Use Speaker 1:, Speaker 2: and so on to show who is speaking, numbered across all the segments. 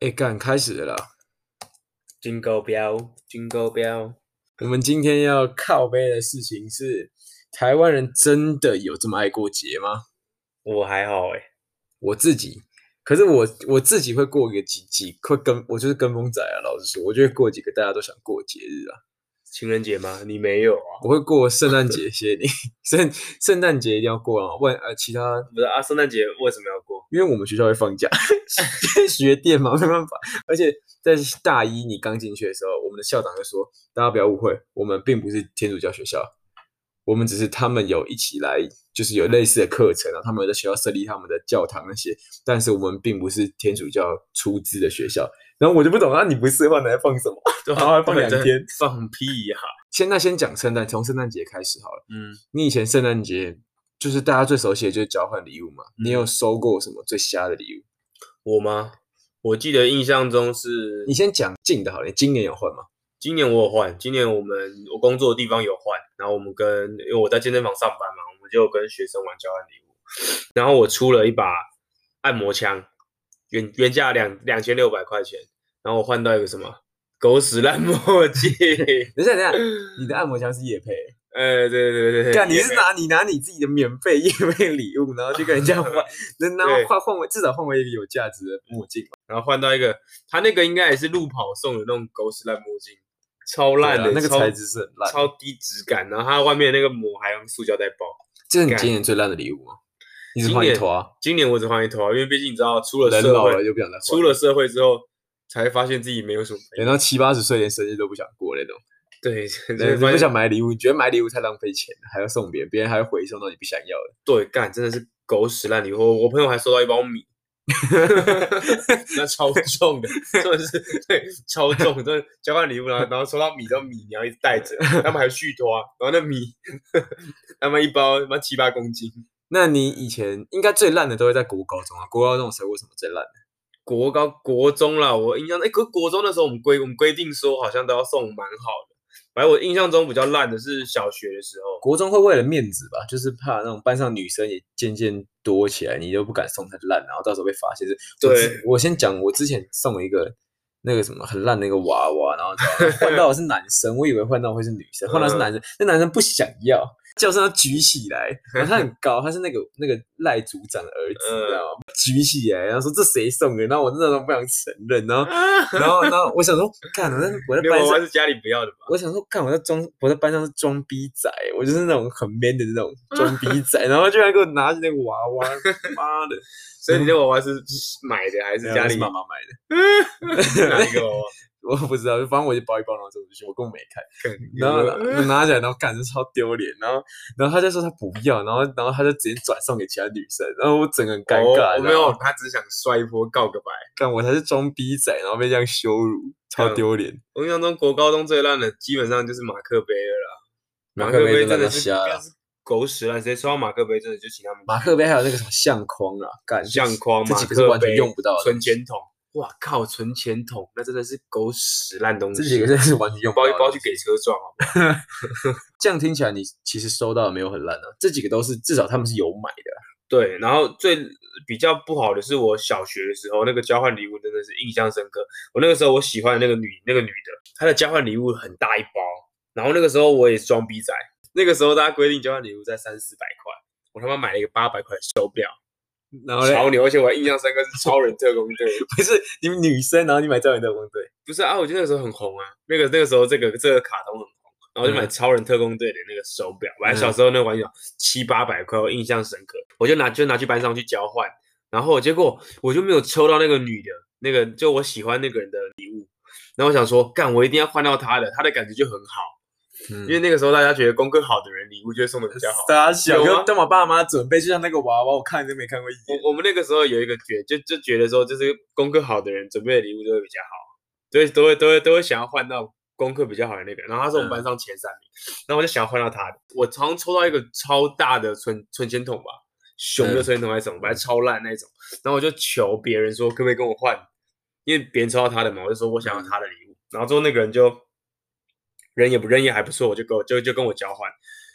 Speaker 1: 哎，干开始了啦！
Speaker 2: 军购标，军购标，
Speaker 1: 我们今天要靠背的事情是：台湾人真的有这么爱过节吗？
Speaker 2: 我还好哎、
Speaker 1: 我自己，可是我我自己会过个几几，会跟我就是跟风仔啊。老实说，我就会过几个大家都想过节日啊。
Speaker 2: 情人节吗？你没有啊？
Speaker 1: 我会过圣诞节，谢谢你。 圣圣诞节一定要过啊，问呃其他，
Speaker 2: 不是啊，圣诞节为什么要 过？
Speaker 1: 因为我们学校会放假，学电嘛，没办法。而且在大一你刚进去的时候，我们的校长就说：“大家不要误会，我们并不是天主教学校，我们只是他们有一起来，就是有类似的课程啊，然后他们有在学校设立他们的教堂那些，但是我们并不是天主教出资的学校。”然后我就不懂啊，你不是的话，你还放什么？
Speaker 2: 对
Speaker 1: 啊还放两天，
Speaker 2: 放屁呀、
Speaker 1: 现在先讲圣诞，从圣诞节开始好了。
Speaker 2: 嗯，
Speaker 1: 你以前圣诞节就是大家最熟悉的就是交换礼物嘛，你有收过什么最瞎的礼物？
Speaker 2: 我吗？我记得印象中是
Speaker 1: 你先讲近的好了，你今年有换吗？
Speaker 2: 今年我有换，今年我们我工作的地方有换，然后我们跟因为我在健身房上班嘛，我们就跟学生玩交换礼物，然后我出了一把按摩枪，原原价两两千六百块钱，然后我换到一个什么狗屎烂墨 镜，
Speaker 1: 等一下，等一
Speaker 2: 嗯
Speaker 1: 下，你的按摩枪是叶配欸，
Speaker 2: 呃，对对对对，
Speaker 1: 干你
Speaker 2: 也
Speaker 1: 是
Speaker 2: 没
Speaker 1: 拿你拿你自己的免费叶配礼物，然后去跟人家换，能拿
Speaker 2: 对
Speaker 1: 换换回至少换回一个有价值的墨镜吧。
Speaker 2: 然后换到一个，他那个应该也是路跑送的那种狗屎烂墨镜，超烂
Speaker 1: 对
Speaker 2: 的，
Speaker 1: 啊那个
Speaker 2: 超
Speaker 1: 材质是很烂，
Speaker 2: 超低质感，然后它外面那个膜还用塑胶袋包。
Speaker 1: 这是你
Speaker 2: 干
Speaker 1: 今年最烂的礼物吗？你只
Speaker 2: 今
Speaker 1: 换一
Speaker 2: 年
Speaker 1: 头啊，
Speaker 2: 今年我只换一头啊，因为毕竟你知道，出了
Speaker 1: 人
Speaker 2: 社
Speaker 1: 老了
Speaker 2: 会，
Speaker 1: 就不想再换，
Speaker 2: 出了社会之后才发现自己没有什么朋
Speaker 1: 等
Speaker 2: 友。
Speaker 1: 到七八十岁连生日都不想过那种，
Speaker 2: 对，就
Speaker 1: 你
Speaker 2: 是发
Speaker 1: 不
Speaker 2: 现
Speaker 1: 想买礼物，你觉得买礼物太浪费钱了，还要送别人，别人还会回送到你不想要的。
Speaker 2: 对干真的是狗屎烂礼物。我我朋友还收到一包米， 那超重的，真的是对超重，真的交换礼物，然后然后收到米，然后米你要一直带着，他们还续托啊，然后那米他们一包他妈七八公斤。
Speaker 1: 那你以前应该最烂的都会在国高中啊，国高中谁过什么最烂的？
Speaker 2: 国高国中啦，我印象哎，国、国中的时候我们规我们规定说好像都要送蛮好的，反正我印象中比较烂的是小学的时候，
Speaker 1: 国中会为了面子吧，就是怕那种班上女生也渐渐多起来，你又不敢送她烂，然后到时候被发现是。我之
Speaker 2: 对，
Speaker 1: 我先讲，我之前送了一个那个什么很烂的一个娃娃，然后你知道吗换到的是男生，我以为换到会是女生，换到是男生，那男生不想要，叫声要举起来，然后他很高，他是那个那个赖组长的儿子，你
Speaker 2: 呃嗯
Speaker 1: 知道吗？举起来，然后说这谁送的？然后我那时候不想承认，然 后
Speaker 2: 啊，
Speaker 1: 然后然后我想说，干，我在我在
Speaker 2: 那
Speaker 1: 班
Speaker 2: 娃
Speaker 1: 上
Speaker 2: 娃是家里不要的吧？
Speaker 1: 我想说，看我在装，我在班上是装逼仔，我就是那种很 man 的那种装逼仔，然后居然给我拿着那个娃娃，妈 的！
Speaker 2: 所以你那娃娃是买的还是
Speaker 1: 没有
Speaker 2: 家
Speaker 1: 那
Speaker 2: 里
Speaker 1: 妈妈买的，
Speaker 2: 哪一个娃娃？
Speaker 1: 我不知道，反正我就包一包，然后走出去，我根本没看，
Speaker 2: 干
Speaker 1: 然后
Speaker 2: 有没有 哦
Speaker 1: 我拿起来，然后感觉超丢脸，然后然后他就说他不要，然后然后他就直接转送给其他女生，然后我整个很尴
Speaker 2: 哦
Speaker 1: 尬，
Speaker 2: 我
Speaker 1: 你知
Speaker 2: 没
Speaker 1: 道
Speaker 2: 有
Speaker 1: 吗，，
Speaker 2: 他只是想摔一波告个白。
Speaker 1: 干我才是装逼仔，然后被这样羞辱，超
Speaker 2: 嗯
Speaker 1: 丢脸。
Speaker 2: 我印象中国高中最烂的基本上就是马克杯了啦，
Speaker 1: 马
Speaker 2: 马
Speaker 1: 克
Speaker 2: 克
Speaker 1: 杯
Speaker 2: 杯
Speaker 1: 真
Speaker 2: 真
Speaker 1: 的
Speaker 2: 的
Speaker 1: 是
Speaker 2: 是
Speaker 1: 瞎了
Speaker 2: 干是狗屎烂，谁收到马克杯真的就请他们
Speaker 1: 马克杯还有那个什么相框啊，干这
Speaker 2: 相框、
Speaker 1: 这
Speaker 2: 马
Speaker 1: 几个是
Speaker 2: 克
Speaker 1: 完全
Speaker 2: 杯
Speaker 1: 用不到的
Speaker 2: 存
Speaker 1: 东西
Speaker 2: 钱筒。哇靠，存钱筒那真的是狗屎烂东西。
Speaker 1: 这几个真的是完全用不到
Speaker 2: 包一
Speaker 1: 的
Speaker 2: 包去给车撞啊好不好？
Speaker 1: 这样听起来，你其实收到的没有很烂啊。这几个都是至少他们是有买的啊。
Speaker 2: 对，然后最比较不好的是我小学的时候那个交换礼物真的是印象深刻。我那个时候我喜欢的那个女那个女的，她的交换礼物很大一包，然后那个时候我也装逼仔，那个时候大家规定交换礼物在三四百块，我他妈买了一个八百块的手表，
Speaker 1: 然后嘞，
Speaker 2: 超牛，而且我还印象深刻是超人特工队。
Speaker 1: 不 是你们女生，然后你买这样的工对，
Speaker 2: 不是啊，我觉得那个时候很红啊，那个那个时候这个这个卡通很红，然后我就买
Speaker 1: 嗯
Speaker 2: 超人特工队的那个手表，我还
Speaker 1: 嗯
Speaker 2: 小时候那个玩具七八百块，我印象深刻，我就拿就拿去班上去交换，然后结果我就没有抽到那个女的，那个就我喜欢那个人的礼物，然后我想说，干我一定要换到她的，她的感觉就很好，因为那个时候大家觉得功课好的人礼物就会送的嗯比较好。
Speaker 1: 傻小，
Speaker 2: 有啊
Speaker 1: 跟
Speaker 2: 吗
Speaker 1: 但我爸妈准备，就像那个娃娃，我看都没看过一眼。
Speaker 2: 我我们那个时候有一个觉就就觉得说，就是功课好的人准备的礼物都会比较好，对，都会都会都会想要换到功课比较好的那个人。然后他是我们班上前三名，然后我就想要换到他的。我常抽到一个超大的存存钱筒吧，熊的
Speaker 1: 嗯
Speaker 2: 存钱筒还是什么，反正超烂那种。然后我就求别人说可不可以跟我换，因为别人抽到他的嘛，我就说我想要他的礼物。然后之后那个人就人也不人也还不错，我就跟我就就跟我交换。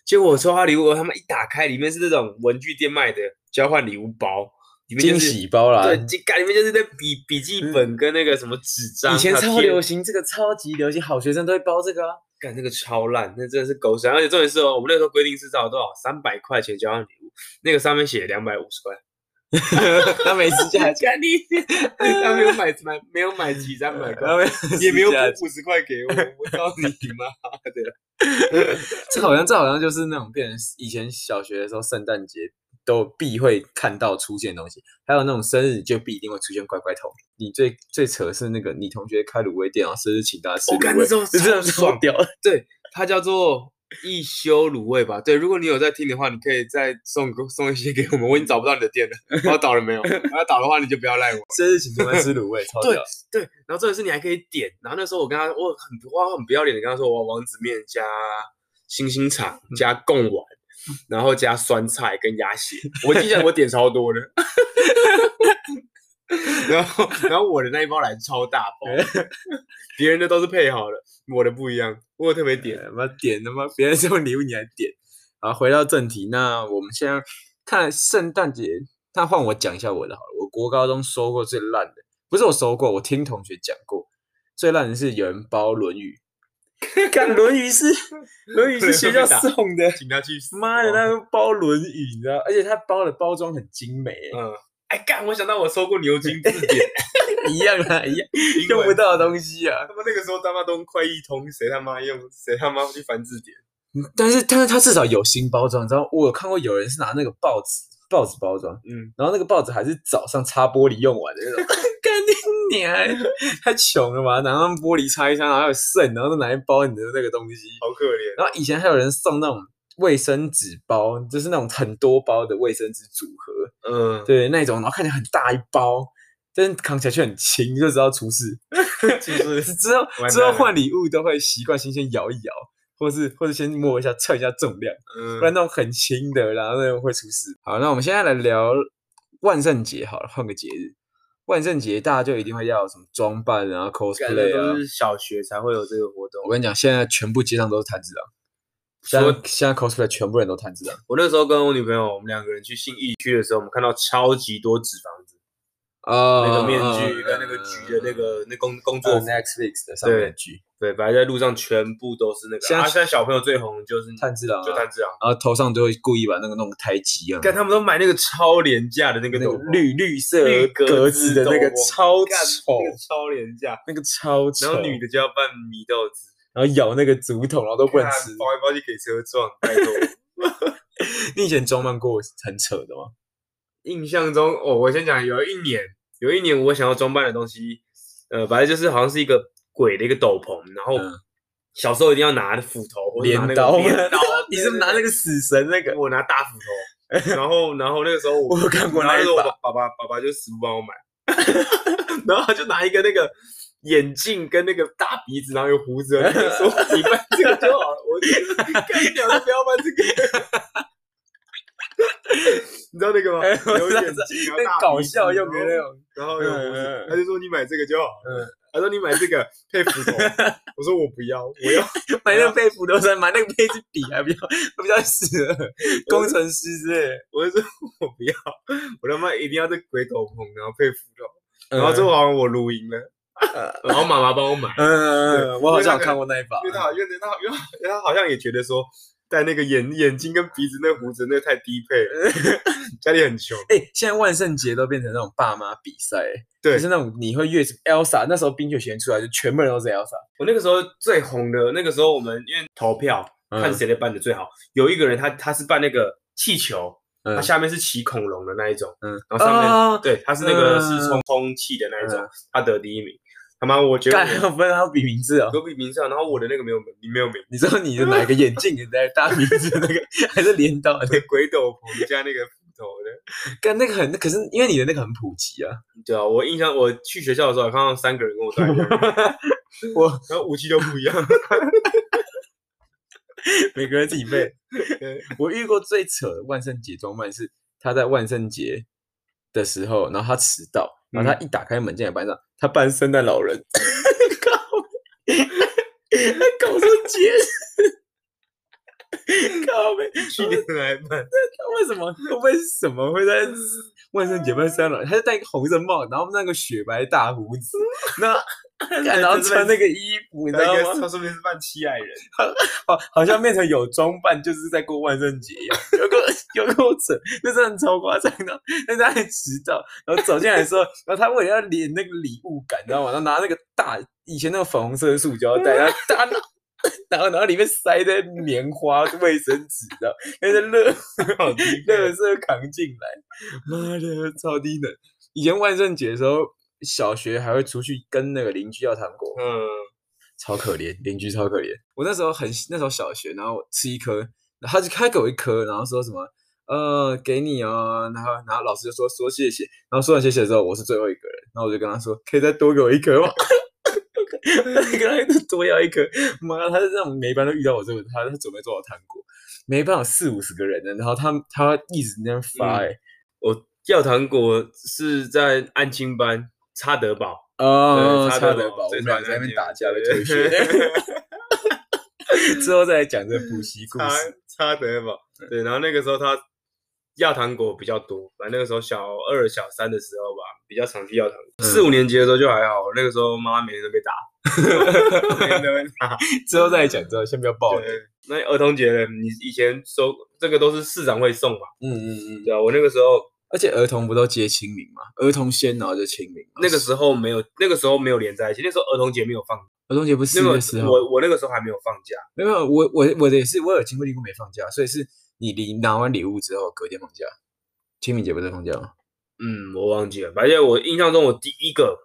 Speaker 2: 结果我抽他礼物，他们一打开，里面是那种文具店卖的交换礼物包，里面就
Speaker 1: 惊
Speaker 2: 是
Speaker 1: 喜包啦。
Speaker 2: 对，就感里面就是那笔笔记本跟那个什么纸张，
Speaker 1: 以前
Speaker 2: 还有
Speaker 1: 超
Speaker 2: 贴
Speaker 1: 流行，这个超级流行，好学生都会包这 个啊。
Speaker 2: 干那个超烂，那真的是狗屎。而且重点是哦，我们那时候规定是到多少三百块钱交换礼物，那个上面写两百五十 块。
Speaker 1: 他每次 价
Speaker 2: 干你！他没有买买没有买齐三百
Speaker 1: 呃
Speaker 2: 块，也没有补五十块给我，我操你 妈的！
Speaker 1: 这好像这好像就是那种变成以前小学的时候，圣诞节都必会看到出现的东西，还有那种生日就必定会出现乖乖桶。你最最扯的是那个你同学开卤味店，然哦后生日请大家吃
Speaker 2: 我干
Speaker 1: 卤味，
Speaker 2: 那时候
Speaker 1: 就真的
Speaker 2: 超
Speaker 1: 爽
Speaker 2: 爽
Speaker 1: 掉 了。
Speaker 2: 它叫做一休卤味吧？对，如果你有在听的话，你可以再送个送一些给我们。我已经找不到你的店了，我要倒了 没有？我要倒的话，你就不要赖我。
Speaker 1: 生日请大家吃卤味，超屌。
Speaker 2: 对，然后重点是你还可以点。然后那时候我跟他，我很我很不要脸的跟他说，我要王子面加星星肠加贡丸，然后加酸菜跟鸭血。我记得我点超多的。然后，然后我的那一包来超大 包，别人的都是配好的，我的不一样，我有特别点。
Speaker 1: 他妈点他妈别人送礼物你还点。好，回到正题，那我们现在看圣诞节，那换我讲一下我的好了。我国高中收过最烂的，不是我收过，我听同学讲过，最烂的是有人包《论语》， 看《论语》是《论语》是学 校送的，
Speaker 2: 请他去死
Speaker 1: 妈的，
Speaker 2: 哦
Speaker 1: 那个包《论语》，你知道？而且他包的包装很精美、
Speaker 2: 嗯，哎干，我想到我收过牛津字 典，
Speaker 1: 一样啊，一样
Speaker 2: 英
Speaker 1: 用不
Speaker 2: 文
Speaker 1: 到的东西啊。
Speaker 2: 他们那个时候他妈都快译通，谁他妈用谁他妈去翻字典？
Speaker 1: 嗯但是，但是他至少有新包装，你知道？我有看过有人是拿那个报纸报纸包装。
Speaker 2: 嗯，
Speaker 1: 然后那个报纸还是早上擦玻璃用完的那种，干你娘！ 太穷了吧，拿上玻璃擦一擦，然后还有剩，然后都拿来包你的那个东西。
Speaker 2: 好可怜。啊
Speaker 1: 然后以前还有人送那种卫生纸包，就是那种很多包的卫生纸组合，
Speaker 2: 嗯，
Speaker 1: 对那种，然后看起来很大一包，但是扛起来却很轻，就知道出事。
Speaker 2: 就是
Speaker 1: 之后
Speaker 2: 完
Speaker 1: 之后
Speaker 2: 蛋了
Speaker 1: 换礼物都会习惯性先摇一摇，或是或者先摸一下称一下重量。不然
Speaker 2: 嗯，
Speaker 1: 那种很轻的，然后那种会出事。好，那我们现在来聊万圣节好了，换个节日。万圣节大家就一定会要什么装扮啊、
Speaker 2: 感觉
Speaker 1: cosplay 啊
Speaker 2: 都。是小学才会有这个活动
Speaker 1: 我。跟你讲，现在全部街上都是炭治郎，现
Speaker 2: 说
Speaker 1: 在现在 cosplay 全部人都炭治郎
Speaker 2: 我那时候跟我女朋友，我们两个人去信义区的时候，我们看到超级多纸房子，
Speaker 1: 啊嗯
Speaker 2: 那个面具跟那个局的那个那工工作服，
Speaker 1: Netflix 的上面的
Speaker 2: 对
Speaker 1: 剧，
Speaker 2: 对，反正在路上全部都是那个。
Speaker 1: 现在
Speaker 2: 啊现在小朋友最红的就是
Speaker 1: 炭治郎啊
Speaker 2: 就炭治郎。
Speaker 1: 然后头上都会故意把那个弄台阶啊，
Speaker 2: 但他们都买那个超廉价的那个
Speaker 1: 那
Speaker 2: 斗
Speaker 1: 个
Speaker 2: 篷
Speaker 1: 绿绿色
Speaker 2: 绿格
Speaker 1: 格
Speaker 2: 子
Speaker 1: 子的那个
Speaker 2: 斗篷
Speaker 1: 超
Speaker 2: 干
Speaker 1: 丑，
Speaker 2: 那个超廉价。
Speaker 1: 那个超丑，
Speaker 2: 然后女的就要扮米豆子，
Speaker 1: 然后咬那个竹筒，然后都不能
Speaker 2: 看
Speaker 1: 吃。
Speaker 2: 包一包就给车撞，拜托。
Speaker 1: 你以前装扮过很扯的吗？
Speaker 2: 印象中，哦，我先讲，有一年，有一年我想要装扮的东西，呃，反正就是好像是一个鬼的一个斗篷，然后
Speaker 1: 嗯
Speaker 2: 小时候一定要拿斧头或者拿那
Speaker 1: 镰
Speaker 2: 个
Speaker 1: 刀，
Speaker 2: 镰刀
Speaker 1: 你是不是拿
Speaker 2: 哦对
Speaker 1: 那个死神那
Speaker 2: 对对
Speaker 1: 个？
Speaker 2: 我拿大斧头，然后然后那个时候我
Speaker 1: 我有看过
Speaker 2: 然后
Speaker 1: 那
Speaker 2: 那
Speaker 1: 一
Speaker 2: 时候我
Speaker 1: 把，
Speaker 2: 爸爸爸爸就死不帮我买， 然后他就拿一个那个。眼镜跟那个大鼻子，然后有胡子的那个， 说你扮这个就好了。我就干掉都不要扮这个。 你知道那个吗？
Speaker 1: 哎我
Speaker 2: 有
Speaker 1: 知道
Speaker 2: 眼
Speaker 1: 知道
Speaker 2: 镜，然
Speaker 1: 那
Speaker 2: 后大
Speaker 1: 搞
Speaker 2: 鼻子哦
Speaker 1: 笑用的那
Speaker 2: 然后
Speaker 1: 种。
Speaker 2: 然后有胡子
Speaker 1: 嗯嗯嗯
Speaker 2: 他就说你买这个就好
Speaker 1: 嗯
Speaker 2: 了，他说你买这个配斧 头，我说我不要，我要
Speaker 1: 买那个
Speaker 2: 啊
Speaker 1: 被斧头伞，买那个杯子笔还比较比较适合工程师之类的。
Speaker 2: 我就说我不要，我他妈一定要这鬼斗篷，然后配斧头，
Speaker 1: 然
Speaker 2: 嗯然后
Speaker 1: 后
Speaker 2: 最
Speaker 1: 就
Speaker 2: 后好像我录音了，然后妈妈帮我买，
Speaker 1: 嗯，我好像有看过那一把
Speaker 2: 因。为他好因为他因为他因为他好像也觉得说戴那个眼眼睛跟鼻子那胡子那太低配了， 家里很穷，
Speaker 1: 哎，现在万圣节都变成那种爸妈比赛，哎
Speaker 2: 对
Speaker 1: 就是那种你会越 Elsa，那时候冰雪奇缘出来就全部人都是 Elsa，
Speaker 2: 我那个时候最红的，那个时候我们因为投票看
Speaker 1: 嗯
Speaker 2: 谁的扮的最好，有一个人他他是扮那个气球，
Speaker 1: 嗯
Speaker 2: 它下面是骑恐龙的那一种，
Speaker 1: 嗯，
Speaker 2: 然后上面、
Speaker 1: 啊
Speaker 2: 对他是那个
Speaker 1: 嗯
Speaker 2: 是充充气的那一种，
Speaker 1: 嗯
Speaker 2: 他得第一名。他妈，我觉得
Speaker 1: 干
Speaker 2: 我
Speaker 1: 要分要比名字哦。
Speaker 2: 隔壁名上，然后我的那个没有名，没有名，
Speaker 1: 你知道你的哪个眼镜？你的大鼻子那个还是镰刀那个？
Speaker 2: 鬼斗篷加那个斧头的。
Speaker 1: 干那个很，可是因为你的那个很普及啊，
Speaker 2: 对啊，我印象我去学校的时候，看到三个人跟我戴一样，
Speaker 1: 我
Speaker 2: 然后武器都不一样。
Speaker 1: 每个人自己背。
Speaker 2: 对
Speaker 1: 我遇过最扯的万圣节装扮是，他在万圣节的时候，然后他迟到，然后他一打开门进来班上，他扮圣诞老人， 靠，他搞出节日。靠背，
Speaker 2: 去年来 办，
Speaker 1: 他为什么为什么会在万圣节办三老？他就戴一个红色帽，然后那个雪白大胡子，那干然后穿那个衣服，你知道吗？
Speaker 2: 他说明是扮七矮人，
Speaker 1: 好，好像变成有装扮，就是在过万圣节一样，有个有个扯，那真的超夸张的。但是他还迟到，然后走进来的时候，然后他为了要领那个礼物感，你知道吗？然后拿那个大以前那个粉红色的塑胶袋，然后大。然后，然后里面塞的棉花、卫生纸，你知道，那是热
Speaker 2: 好低
Speaker 1: 乐
Speaker 2: 调
Speaker 1: 色扛进来，妈的，超低能！以前万圣节的时候，小学还会出去跟那个邻居要糖果，
Speaker 2: 嗯，
Speaker 1: 超可怜，邻居超可怜。我那时候很那时候小学，然后我吃一颗，然后他就他给我一颗，然后说什么呃给你哦，然后然后老师就说说谢谢，然后说完谢谢的时候，我是最后一个人，然后我就跟他说可以再多给我一颗吗？ 跟他多要一颗，妈，他是让我们每一班都遇到我这个，他他准备做好糖果，每一班有四五十个人呢，然后他他一直那样发、
Speaker 2: 嗯
Speaker 1: 欸，
Speaker 2: 我要糖果是在安亲班差德堡，
Speaker 1: 哦，
Speaker 2: 对
Speaker 1: 差
Speaker 2: 差
Speaker 1: 德
Speaker 2: 德
Speaker 1: 堡，
Speaker 2: 堡
Speaker 1: 我们俩在那边打架被退学
Speaker 2: 对。
Speaker 1: 之后再来讲这补习故
Speaker 2: 差
Speaker 1: 事。
Speaker 2: 差德堡，对，然后那个时候他要糖果比较多，反正那个时候小二小三的时候吧，比较常去要糖果。四五年级的时候就还好，那个时候妈妈每天都被打， 每天都被打。
Speaker 1: 之后再来讲，之后先不要爆雷。
Speaker 2: 对，那儿童节呢？你以前收这个都是市长会送嘛？
Speaker 1: 嗯嗯嗯。
Speaker 2: 对啊，我那个时候
Speaker 1: 而且儿童不都接清明嘛？儿童先，然后就清明嘛。
Speaker 2: 那个时候没有，那个时候没有连在一起，那时候儿童节没有放，
Speaker 1: 儿童节不是
Speaker 2: 那
Speaker 1: 四
Speaker 2: 个
Speaker 1: 月十号？
Speaker 2: 我我那个时候还没有放假。
Speaker 1: 没有，我我我的也是，我有经过过没放假，所以是你离拿完礼物之后隔天放假。清明节不是放假吗？
Speaker 2: 嗯，我忘记了，反正我印象中我第一个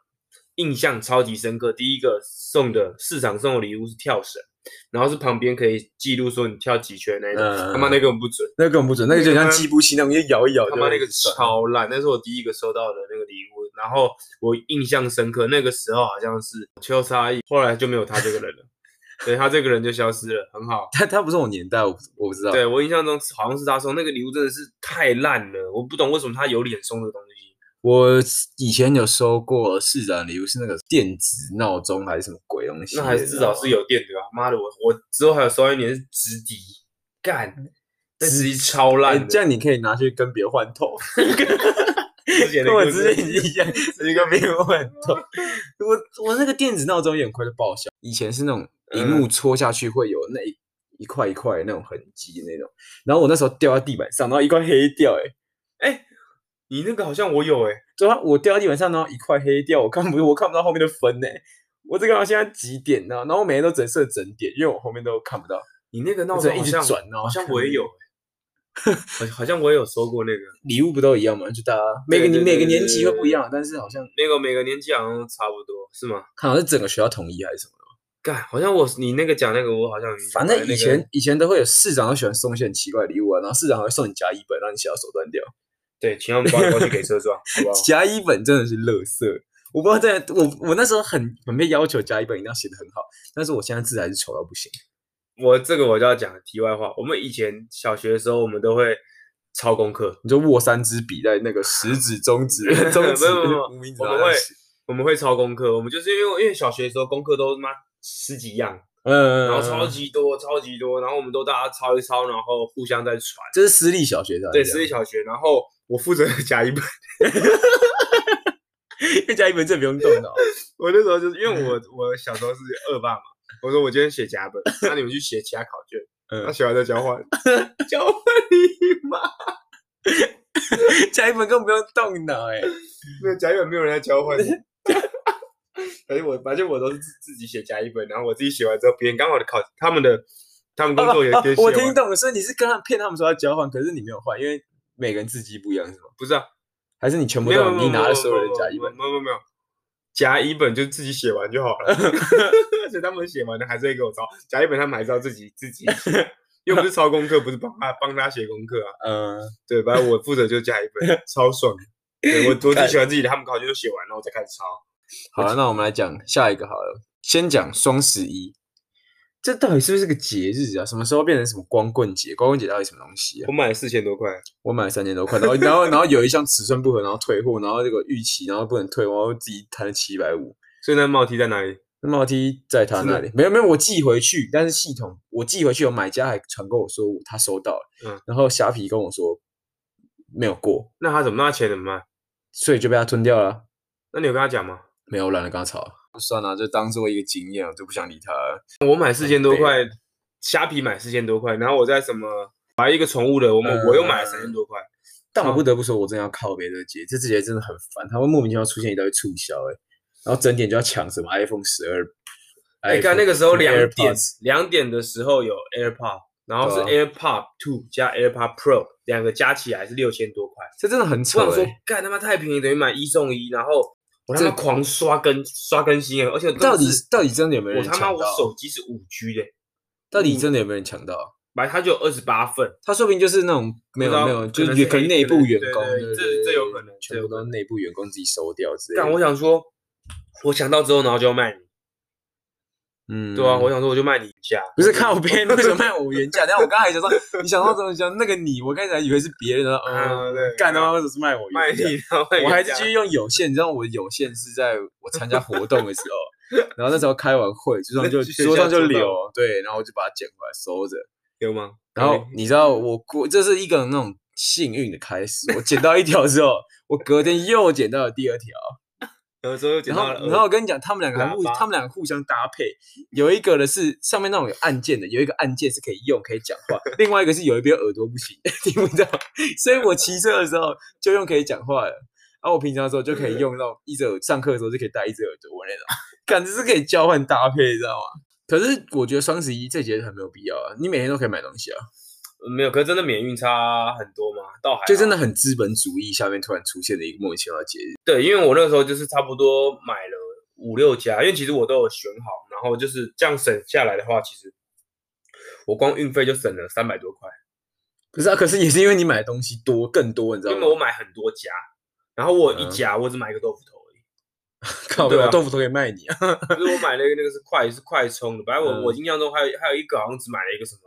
Speaker 2: 印象超级深刻，第一个送的市场送的礼物是跳绳，然后是旁边可以记录说你跳几圈那一种，
Speaker 1: 嗯
Speaker 2: 他妈那个我不准，
Speaker 1: 那个根本不准，那个就
Speaker 2: 那
Speaker 1: 像
Speaker 2: 个
Speaker 1: 计步器那种，就摇一摇就
Speaker 2: 他妈那个
Speaker 1: 算了
Speaker 2: 超烂，那是我第一个收到的那个礼物，然后我印象深刻，那个时候好像是邱沙溢，后来就没有他这个人了，对他这个人就消失了，很好。
Speaker 1: 他他不是我年代，我不我不知道。
Speaker 2: 对我印象中好像是他送那个礼物真的是太烂了，我不懂为什么他有脸送这个东西。
Speaker 1: 我以前有收过市长的礼物，是那个电子闹钟还是什么鬼东西的？
Speaker 2: 那还至少是有电的啊！妈的，我我之后还有收到一年是直笛，干，那直笛
Speaker 1: 嗯
Speaker 2: 超
Speaker 1: 哎
Speaker 2: 烂的。
Speaker 1: 这样你可以拿去跟别人换头，
Speaker 2: 之前的
Speaker 1: 跟 我
Speaker 2: 故
Speaker 1: 之
Speaker 2: 事
Speaker 1: 前一 样，直接跟别人换头。 我我那个电子闹钟也很快就报销，以前是那种
Speaker 2: 嗯
Speaker 1: 荧幕戳下去会有那一一块一块的那种痕迹那种，然后我那时候掉在地板上，然后一块黑掉、欸，哎，
Speaker 2: 哎，你那个好像我有哎，
Speaker 1: 对啊，我掉在地板上，然后一块黑掉，我看不我看不到后面的分呢、欸我这个好像现在几点呢？然后我每天都只能设整点，因为我后面都看不到，
Speaker 2: 你那个闹
Speaker 1: 我只
Speaker 2: 钟
Speaker 1: 能一
Speaker 2: 好
Speaker 1: 直
Speaker 2: 像
Speaker 1: 转，然后
Speaker 2: 好像
Speaker 1: 看
Speaker 2: 我也有哎，好好像我也有收过那个，
Speaker 1: 礼物不都一样吗？就大家每个
Speaker 2: 对
Speaker 1: 你
Speaker 2: 对
Speaker 1: 每个
Speaker 2: 对
Speaker 1: 年
Speaker 2: 对
Speaker 1: 级
Speaker 2: 对
Speaker 1: 会不一样，但是好像
Speaker 2: 那个每个年纪好像差不多是吗？
Speaker 1: 看好像是整个学校统一还是什么。
Speaker 2: 干，好像我你那个讲那个我好像有印象
Speaker 1: 反正
Speaker 2: 那
Speaker 1: 以
Speaker 2: 个
Speaker 1: 前以前都会有市长都喜欢送一些很奇怪的礼物啊，然后市长还会送你甲乙本，让你写到手断掉。
Speaker 2: 哦 对，请他们帮我过去给车撞，好不好？
Speaker 1: 甲乙本真的是垃圾，我不知道在我我那时候很很被要求甲乙本一定要写的很好，但是我现在字还是丑到不行。
Speaker 2: 我这个我就要讲题外话，我们以前小学的时候，我们都会抄功课，
Speaker 1: 你就握三支笔在那个食指、中 指、中指
Speaker 2: 没有没有没有、
Speaker 1: 无名指
Speaker 2: 我
Speaker 1: 上
Speaker 2: 们会
Speaker 1: 写，
Speaker 2: 我们会抄功课，我们就是因为因为小学的时候功课都他妈十几样，
Speaker 1: 嗯，
Speaker 2: 然后超级多超级多，然后我们都大家抄一抄，然后互相在传。
Speaker 1: 这是私立小学的，啊
Speaker 2: 对，私立小学，然后我负责甲乙本，
Speaker 1: 立甲乙本这不用动 脑，
Speaker 2: 我那时候就是因为
Speaker 1: 嗯
Speaker 2: 我我小时候是恶霸嘛，我说我今天写甲本，那你们去写其他考卷，那
Speaker 1: 嗯，
Speaker 2: 写完再交换。
Speaker 1: 交换你妈，甲乙本更不用动脑哎、
Speaker 2: 那甲乙本没有人来交换 的。 反正我反正我都是自自己写甲乙本，然后我自己写完之后，别人刚好的考他们的他们工作 也
Speaker 1: 啊
Speaker 2: 也写
Speaker 1: 我
Speaker 2: 完。
Speaker 1: 听懂了，所以你是跟他骗他们说要交换，可是你没有换，因为每个人字迹不一样，是吗？
Speaker 2: 不是啊，
Speaker 1: 还是你全部
Speaker 2: 没有
Speaker 1: 都你拿了所有人甲乙本？
Speaker 2: 没有没有没有，甲乙本就自己写完就好 了， 所以他们写完的还是会给我抄，甲乙本他们还是要自己自己写，又不是抄功课，不是帮他帮他写功课啊，
Speaker 1: 嗯，
Speaker 2: 对，反正我负责就甲乙本，超爽的。对 我我
Speaker 1: 干
Speaker 2: 只喜欢自己的，他们考卷都写完，然后我再开始抄。
Speaker 1: 好啊了，那我们来讲下一个好了，先讲双十一，这到底是不是个节日啊？什么时候变成什么光棍节？光棍节到底什么东西啊
Speaker 2: 我？买了四千多块，
Speaker 1: 我买了三千多块，然后然后然后有一项尺寸不合，然后退货，然后这个逾期，然后不能退，然后自己摊了七百五。
Speaker 2: 所以那帽 T 在哪里？
Speaker 1: 那帽 T 在他
Speaker 2: 真的
Speaker 1: 那里，没有没有，我寄回去，但是系统我寄回去，有买家还传跟我说他收到了，
Speaker 2: 嗯
Speaker 1: 然后虾皮跟我说没有过，
Speaker 2: 那他怎么那他钱怎么办？
Speaker 1: 所以就被他吞掉了。啊
Speaker 2: 那你有跟他讲啊吗？
Speaker 1: 没有，我懒得跟他吵，算了，就当做一个经验，我啊就不想理他了。
Speaker 2: 我买四千多
Speaker 1: 嗯对啊
Speaker 2: 块，虾皮买四千多块，然后我在什么买一个宠物的，我们、
Speaker 1: 嗯
Speaker 2: 我又买了三千多块。
Speaker 1: 但我
Speaker 2: 嗯
Speaker 1: 不得不说，我真的要靠别的姐，这姐姐真的很烦，她会莫名其妙出现一大堆促销，哎，然后整点就要抢什么 iPhone 十二，
Speaker 2: 哎，看那个时候两点
Speaker 1: AirPods
Speaker 2: 两点的时候有 AirPod，然后是
Speaker 1: 对啊
Speaker 2: AirPod Two 加 AirPod Pro 两个加起来是六千多块。
Speaker 1: 这真的很
Speaker 2: 我
Speaker 1: 扯、
Speaker 2: 想说
Speaker 1: 欸。，
Speaker 2: 干他妈太便宜，等于买一送一，然后我他妈
Speaker 1: 这
Speaker 2: 狂刷更刷更新欸，而且我真的
Speaker 1: 到底
Speaker 2: 是
Speaker 1: 到底真的有没有
Speaker 2: 我
Speaker 1: 人
Speaker 2: 他
Speaker 1: 抢
Speaker 2: 妈
Speaker 1: 到？
Speaker 2: 我手机是五 G 的，
Speaker 1: 到底
Speaker 2: 嗯
Speaker 1: 真的有没有人抢到？
Speaker 2: 买它就有二十八份，
Speaker 1: 他说不定就是那种没有
Speaker 2: 不知道
Speaker 1: 没有，
Speaker 2: 可
Speaker 1: 就
Speaker 2: 能
Speaker 1: 也
Speaker 2: 是
Speaker 1: 可能
Speaker 2: 黑
Speaker 1: 内
Speaker 2: 可能
Speaker 1: 部员
Speaker 2: 对
Speaker 1: 工，
Speaker 2: 对
Speaker 1: 对
Speaker 2: 这
Speaker 1: 对
Speaker 2: 这有
Speaker 1: 对
Speaker 2: 可能这
Speaker 1: 全
Speaker 2: 有
Speaker 1: 部
Speaker 2: 可
Speaker 1: 都内部员工自己收掉之类
Speaker 2: 但我
Speaker 1: 的。
Speaker 2: 想说，我想到之后然后就要卖你，
Speaker 1: 嗯，
Speaker 2: 对啊，我想说我就卖你一下，
Speaker 1: 不是靠边，为什么卖我原价？然后我刚才想说，你想到怎么讲那个你，我刚才还以为是别人的，
Speaker 2: 啊
Speaker 1: 嗯，
Speaker 2: 对
Speaker 1: 干他妈为什么是卖我
Speaker 2: 卖
Speaker 1: 原价？
Speaker 2: 你，然后卖
Speaker 1: 我还
Speaker 2: 你
Speaker 1: 是
Speaker 2: 一下
Speaker 1: 继续用有线，你知道我有线是在我参加活动的时候，然后那时候开完会，桌上就
Speaker 2: 学校
Speaker 1: 桌上就
Speaker 2: 做到
Speaker 1: 留，对，然后我就把它捡回来收着。
Speaker 2: 有吗？
Speaker 1: 然后
Speaker 2: 没
Speaker 1: 你知道我过，这是一个那种幸运的开始。我捡到一条之后，我隔天又捡到了第二条，
Speaker 2: 有时候又捡
Speaker 1: 然
Speaker 2: 到
Speaker 1: 后
Speaker 2: 了，
Speaker 1: 然后我跟你讲，他们两个还
Speaker 2: 喇
Speaker 1: 互，
Speaker 2: 叭
Speaker 1: 他们两个互相搭配，有一个的是上面那种有按键的，有一个按键是可以用可以讲 话，另外一个是有一边耳朵不行 听不到，所以我骑车的时候就用可以讲话的。啊，我平常的时候就可以用那种一只耳，上课的时候就可以戴一只耳朵那种，感觉是可以交换搭配，你知道吗？可是我觉得双十一这节很没有必要啊，你每天都可以买东西啊。
Speaker 2: 呃没有，可是真的免运差很多吗？倒还
Speaker 1: 就真
Speaker 2: 的
Speaker 1: 的很资本主义下面突然出现的一个莫名其妙的节日。
Speaker 2: 对，因为我那时候就是差不多买了五六家，因为其实我都有选好，然后就是这样省下来的话，其实我光运费就省了三百多块，
Speaker 1: 可是啊，可是也是因为你买的东西多更多，你知道
Speaker 2: 因为我
Speaker 1: 吗？
Speaker 2: 买很多家，然后我有一
Speaker 1: 嗯
Speaker 2: 家我只买一个豆腐头而已。
Speaker 1: 靠，
Speaker 2: 对啊
Speaker 1: 我豆腐都可以卖你啊！
Speaker 2: 就是我买那个那个是快是快充的，反正
Speaker 1: 嗯
Speaker 2: 我、我印象中还有还有一个好像只买了一个什么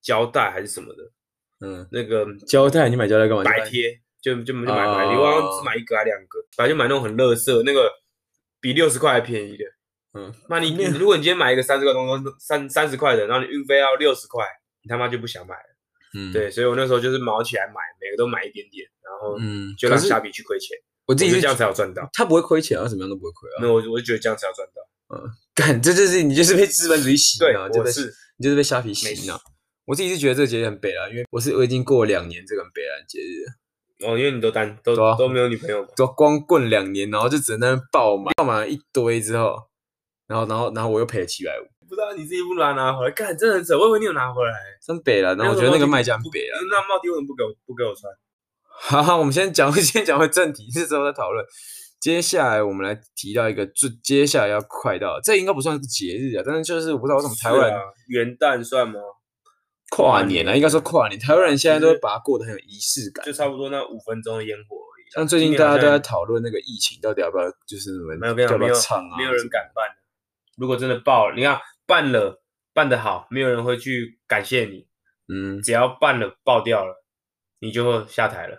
Speaker 2: 胶带还是什么的，
Speaker 1: 嗯，
Speaker 2: 那个
Speaker 1: 胶带你买胶带干嘛？
Speaker 2: 白
Speaker 1: 贴
Speaker 2: 贴，就就就买
Speaker 1: 哦
Speaker 2: 白贴，我好像只买一个还啊两个，反正就买那种很乐色，那个比六十块还便宜的。
Speaker 1: 嗯，
Speaker 2: 妈你你
Speaker 1: 那
Speaker 2: 如果你今天买一个三十块东东三三十块的，然后你运费要六十块，你他妈就不想买了。
Speaker 1: 嗯，
Speaker 2: 对，所以我那时候就是毛起来买，每个都买一点点，然后
Speaker 1: 嗯，
Speaker 2: 就
Speaker 1: 可
Speaker 2: 让
Speaker 1: 是
Speaker 2: 虾皮去亏钱。
Speaker 1: 我
Speaker 2: 我
Speaker 1: 自己
Speaker 2: 觉
Speaker 1: 是
Speaker 2: 得这样才有赚到，
Speaker 1: 他不会亏钱啊，怎么样都不会亏啊
Speaker 2: 没。有，我我就觉得这样才有赚到。
Speaker 1: 干，这就是你就是被资本主义洗
Speaker 2: 对
Speaker 1: 脑，，就
Speaker 2: 我
Speaker 1: 被
Speaker 2: 是
Speaker 1: 你就是被虾皮
Speaker 2: 没
Speaker 1: 洗
Speaker 2: 事
Speaker 1: 脑。我自己是觉得这个节日很北蓝，因为我是我已经过了两年这个很北蓝的节日了，
Speaker 2: 哦，因为你都单都
Speaker 1: 对啊
Speaker 2: 都没有女朋友嘛。
Speaker 1: 都光棍两年，然后就只能在那边爆满，爆满了一堆之后，然后然后然后我又赔了七百五，
Speaker 2: 不知道你自己不拿拿回来，干真的很扯，我以为你有拿回来。
Speaker 1: 真北蓝。然后我觉得那个卖家很北啊蓝。
Speaker 2: 那帽 T 为什么不给我不给我穿？
Speaker 1: 好，好，我们先讲， 先讲回正题，这之后再讨论。接下来我们来提到一个，就接下来要快到，这应该不算是节日啊，但是就是我不知道为什么台湾
Speaker 2: 是
Speaker 1: 人
Speaker 2: 啊元旦算吗？
Speaker 1: 跨年啊，应该说跨年，台湾人现在都
Speaker 2: 就
Speaker 1: 会
Speaker 2: 是
Speaker 1: 把它过得很有仪式感
Speaker 2: 就。差不多那五分钟的烟火而已啦。
Speaker 1: 像最近
Speaker 2: 今年
Speaker 1: 大
Speaker 2: 好
Speaker 1: 家都在
Speaker 2: 像
Speaker 1: 讨论那个疫情到底要不要，就是什么
Speaker 2: 没有跟你
Speaker 1: 要不要
Speaker 2: 讲，没有
Speaker 1: 唱啊，
Speaker 2: 没有人敢办。如果真的爆了，你看办了办得好，没有人会去感谢你。
Speaker 1: 嗯，
Speaker 2: 只要办了爆掉了，你就会下台了，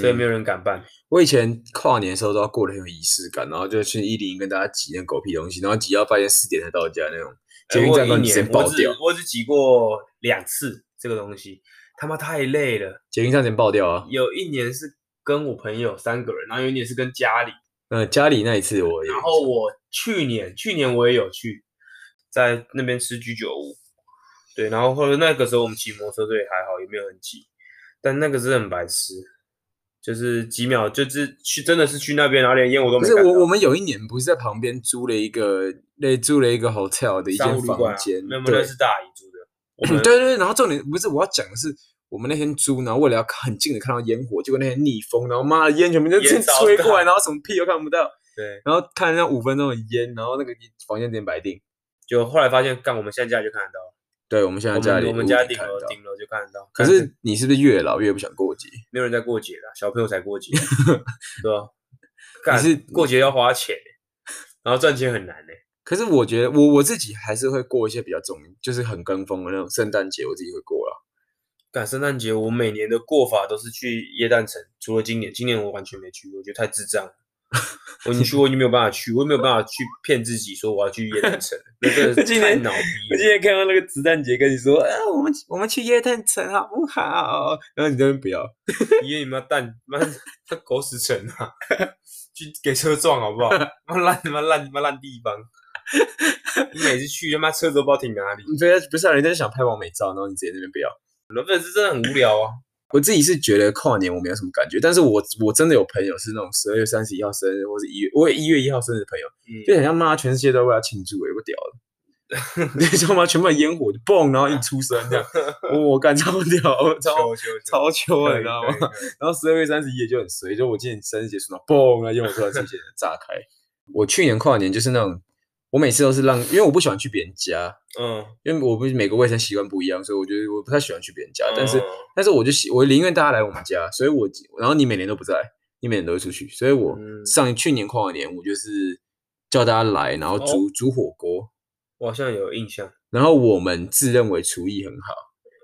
Speaker 2: 所以没
Speaker 1: 有。
Speaker 2: 有人敢办。
Speaker 1: 嗯我以前跨年的时候都要过得很有仪式感，然后就去一零一跟大家挤那狗屁东西，然后挤到半夜四点才到家那种，捷
Speaker 2: 呃
Speaker 1: 运
Speaker 2: 我
Speaker 1: 站
Speaker 2: 有
Speaker 1: 都
Speaker 2: 一
Speaker 1: 直接
Speaker 2: 年
Speaker 1: 爆
Speaker 2: 我只
Speaker 1: 掉，
Speaker 2: 我只挤过两次这个东西，他妈太累了。
Speaker 1: 捷运站直接爆掉啊。
Speaker 2: 有一年是跟我朋友三个人，然后有一年是跟家里。
Speaker 1: 嗯，家里那一次我也
Speaker 2: 然后我去年去年我也有去，在那边吃居酒屋，对，然后后来那个时候我们骑摩托车，所以还好，也没有很挤，但那个是很白痴，就是几秒，就是去真的是去那边，然后连烟我都
Speaker 1: 不
Speaker 2: 没
Speaker 1: 是
Speaker 2: 看到。
Speaker 1: 我，我们有一年不是在旁边租了一个，那租了一个 hotel 的一间
Speaker 2: 商务旅
Speaker 1: 房
Speaker 2: 馆啊，
Speaker 1: 间，
Speaker 2: 没有，没有
Speaker 1: 对
Speaker 2: 那是大姨住的。我
Speaker 1: 对
Speaker 2: 们
Speaker 1: 对对。然后重点不是我要讲的是，我们那天租，然后为了要看很近的看到烟火，结果那天逆风，然后妈的烟全部就
Speaker 2: 烟
Speaker 1: 直接
Speaker 2: 烧
Speaker 1: 吹
Speaker 2: 到
Speaker 1: 过来，然后什么屁都看不到，
Speaker 2: 对，
Speaker 1: 然后看那五分钟的烟，然后那个房间点摆定。
Speaker 2: 就后来发现，干我们现在家就看得到，
Speaker 1: 对，我们现在
Speaker 2: 我
Speaker 1: 家
Speaker 2: 们
Speaker 1: 里
Speaker 2: 我们
Speaker 1: 屋
Speaker 2: 家
Speaker 1: 顶
Speaker 2: 顶
Speaker 1: 看得
Speaker 2: 楼
Speaker 1: 到
Speaker 2: 顶楼就看得到。
Speaker 1: 可
Speaker 2: 但
Speaker 1: 是你是不是越老越不想过节？
Speaker 2: 没有人在过节啦，小朋友才 过节，对吧、干
Speaker 1: 是
Speaker 2: 过节要花钱欸、然后赚钱很难欸呢、
Speaker 1: 可是我觉得我我自己还是会过一些比较重，就是很跟风的那种圣诞节，我自己会过了。
Speaker 2: 赶圣诞节，我每年的过法都是去耶诞城，除了今年，今年我完全没去，我觉得太智障了。我你去过，你没有办法去，我也没有办法去骗自己说我要去耶诞城，那真的
Speaker 1: 今
Speaker 2: 是太
Speaker 1: 天
Speaker 2: 脑逼
Speaker 1: 我
Speaker 2: 了。
Speaker 1: 今天看到那个子弹姐跟你说，啊，我们我们去夜店城好不好？然后你这边不要，
Speaker 2: 爷你妈蛋，妈他狗屎城啊！去给车撞好不好？妈烂妈烂妈烂地方！你每次去他妈车都不知道停哪里，
Speaker 1: 你不要不是啊，人家想拍完美照，然后你直接那边不要。
Speaker 2: 那份是真的很无聊啊。
Speaker 1: 我自己是觉得跨年我没有什么感觉，但是我我真的有朋友是那种十二月三十一号生日，或是一月我有一月一号生日的朋友，就很像妈全世界都为他庆祝、欸，我屌 了，你知道吗？全部的烟火就蹦，然后一出生 这样，我干超屌，我超
Speaker 2: 求求求，
Speaker 1: 超秋
Speaker 2: 可
Speaker 1: 的，
Speaker 2: 以
Speaker 1: 你知道
Speaker 2: 可
Speaker 1: 吗
Speaker 2: 以？可以
Speaker 1: 然后十二月三十一也就很随，就我今年生日结束，然后嘣，那烟火突然出现，炸开。我去年跨年就是那种，我每次都是让，因为我不喜欢去别人家，
Speaker 2: 嗯，
Speaker 1: 因为我不是每个卫生习惯不一样，所以我觉得我不太喜欢去别人家。但是
Speaker 2: 嗯，
Speaker 1: 但是我就喜，我宁愿大家来我们家，所以我然后你每年都不在，你每年都会出去，所以我
Speaker 2: 嗯
Speaker 1: 上去年跨年我就是叫大家来，然后
Speaker 2: 哦
Speaker 1: 煮、煮火锅，
Speaker 2: 我好像有印象。
Speaker 1: 然后我们自认为厨艺很好，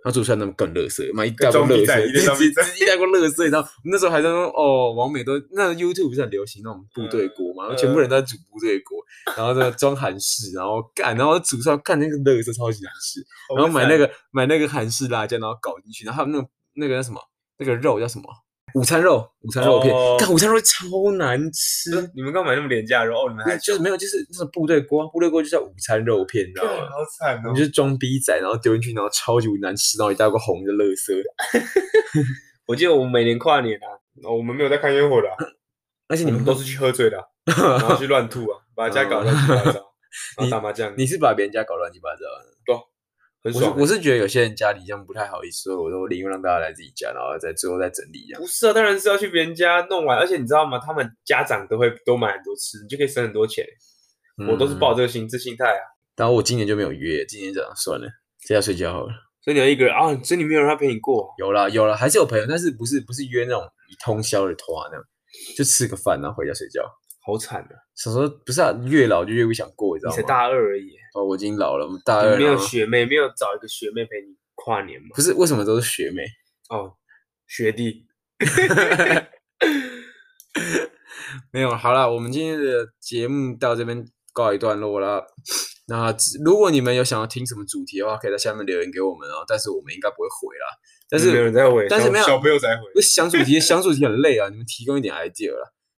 Speaker 1: 然后煮出来那么更乐色，妈一大锅
Speaker 2: 装
Speaker 1: 乐
Speaker 2: 逼仔
Speaker 1: 色，
Speaker 2: 一堆装逼仔
Speaker 1: 一大锅乐色，你知道我们那时候还在说哦，王美都那 YouTube 不是很流行那种部队锅
Speaker 2: 嗯
Speaker 1: 嘛，然后全部人都在煮部队锅，然后在装韩式，然后干，然后煮出来干那个乐色超级难吃，然后买那个买那个韩式辣椒，然后搞进去，然后还有那种那个叫什么那个肉叫什么午餐肉，午餐肉片，
Speaker 2: 哦
Speaker 1: 干午餐肉超难吃。
Speaker 2: 不是，你们刚买那么廉价的肉，哦，你们还
Speaker 1: 就是没有，就是那种部队锅啊，部队锅就叫午餐肉片，你知道吗？
Speaker 2: 好惨
Speaker 1: 你就是装逼仔，然后丢进去，然后超级难吃，然后一大锅红的垃圾。
Speaker 2: 我记得我们每年跨年啊，我们没有在看烟火 的啊，
Speaker 1: 而且
Speaker 2: 我
Speaker 1: 你
Speaker 2: 们
Speaker 1: 们
Speaker 2: 都
Speaker 1: 都，
Speaker 2: 是去喝醉 的啊，然后去乱吐啊，把家搞乱七八糟，然后
Speaker 1: 你
Speaker 2: 打麻将，啊
Speaker 1: 你是把别人家搞乱七八糟的。
Speaker 2: 很
Speaker 1: 我是
Speaker 2: 爽欸。
Speaker 1: 我是觉得有些人家里这样不太好意思，所以我都宁愿让大家来自己家，然后再最后再整理一样。
Speaker 2: 不是啊，当然是要去别人家弄完，而且你知道吗？他们家长都会多买很多吃，你就可以省很多钱。我都是
Speaker 1: 嗯，
Speaker 2: 抱这个心智心态啊，
Speaker 1: 然后我今年就没有约，今年想算了，在家睡觉好了。
Speaker 2: 所以你要一个人啊，所以你没有人要陪你过。啊
Speaker 1: 有啦有啦，还是有朋友，但是不是不是约那种一通宵的拖啊那样，就吃个饭然后回家睡觉。
Speaker 2: 好惨啊！
Speaker 1: 想说不是啊，越老就越不想过，你知
Speaker 2: 你
Speaker 1: 道
Speaker 2: 才
Speaker 1: 吗？
Speaker 2: 大二而已，
Speaker 1: 哦，我已经老了，我们大
Speaker 2: 你
Speaker 1: 二
Speaker 2: 没有
Speaker 1: 然后
Speaker 2: 学妹，没有找一个学妹陪你跨年吗？
Speaker 1: 不是为什么都是学妹？
Speaker 2: 哦，学弟，
Speaker 1: 没有，好了，我们今天的节目到这边告一段落啦。那只如果你们有想要听什么主题的话，可以在下面留言给我们哦。但是我们应该不会回啦。但
Speaker 2: 嗯没有
Speaker 1: 是
Speaker 2: 人在回，
Speaker 1: 但是
Speaker 2: 小
Speaker 1: 没有
Speaker 2: 小朋友在回。
Speaker 1: 想主题，想主题很累啊，你们提供一点 idea 啦。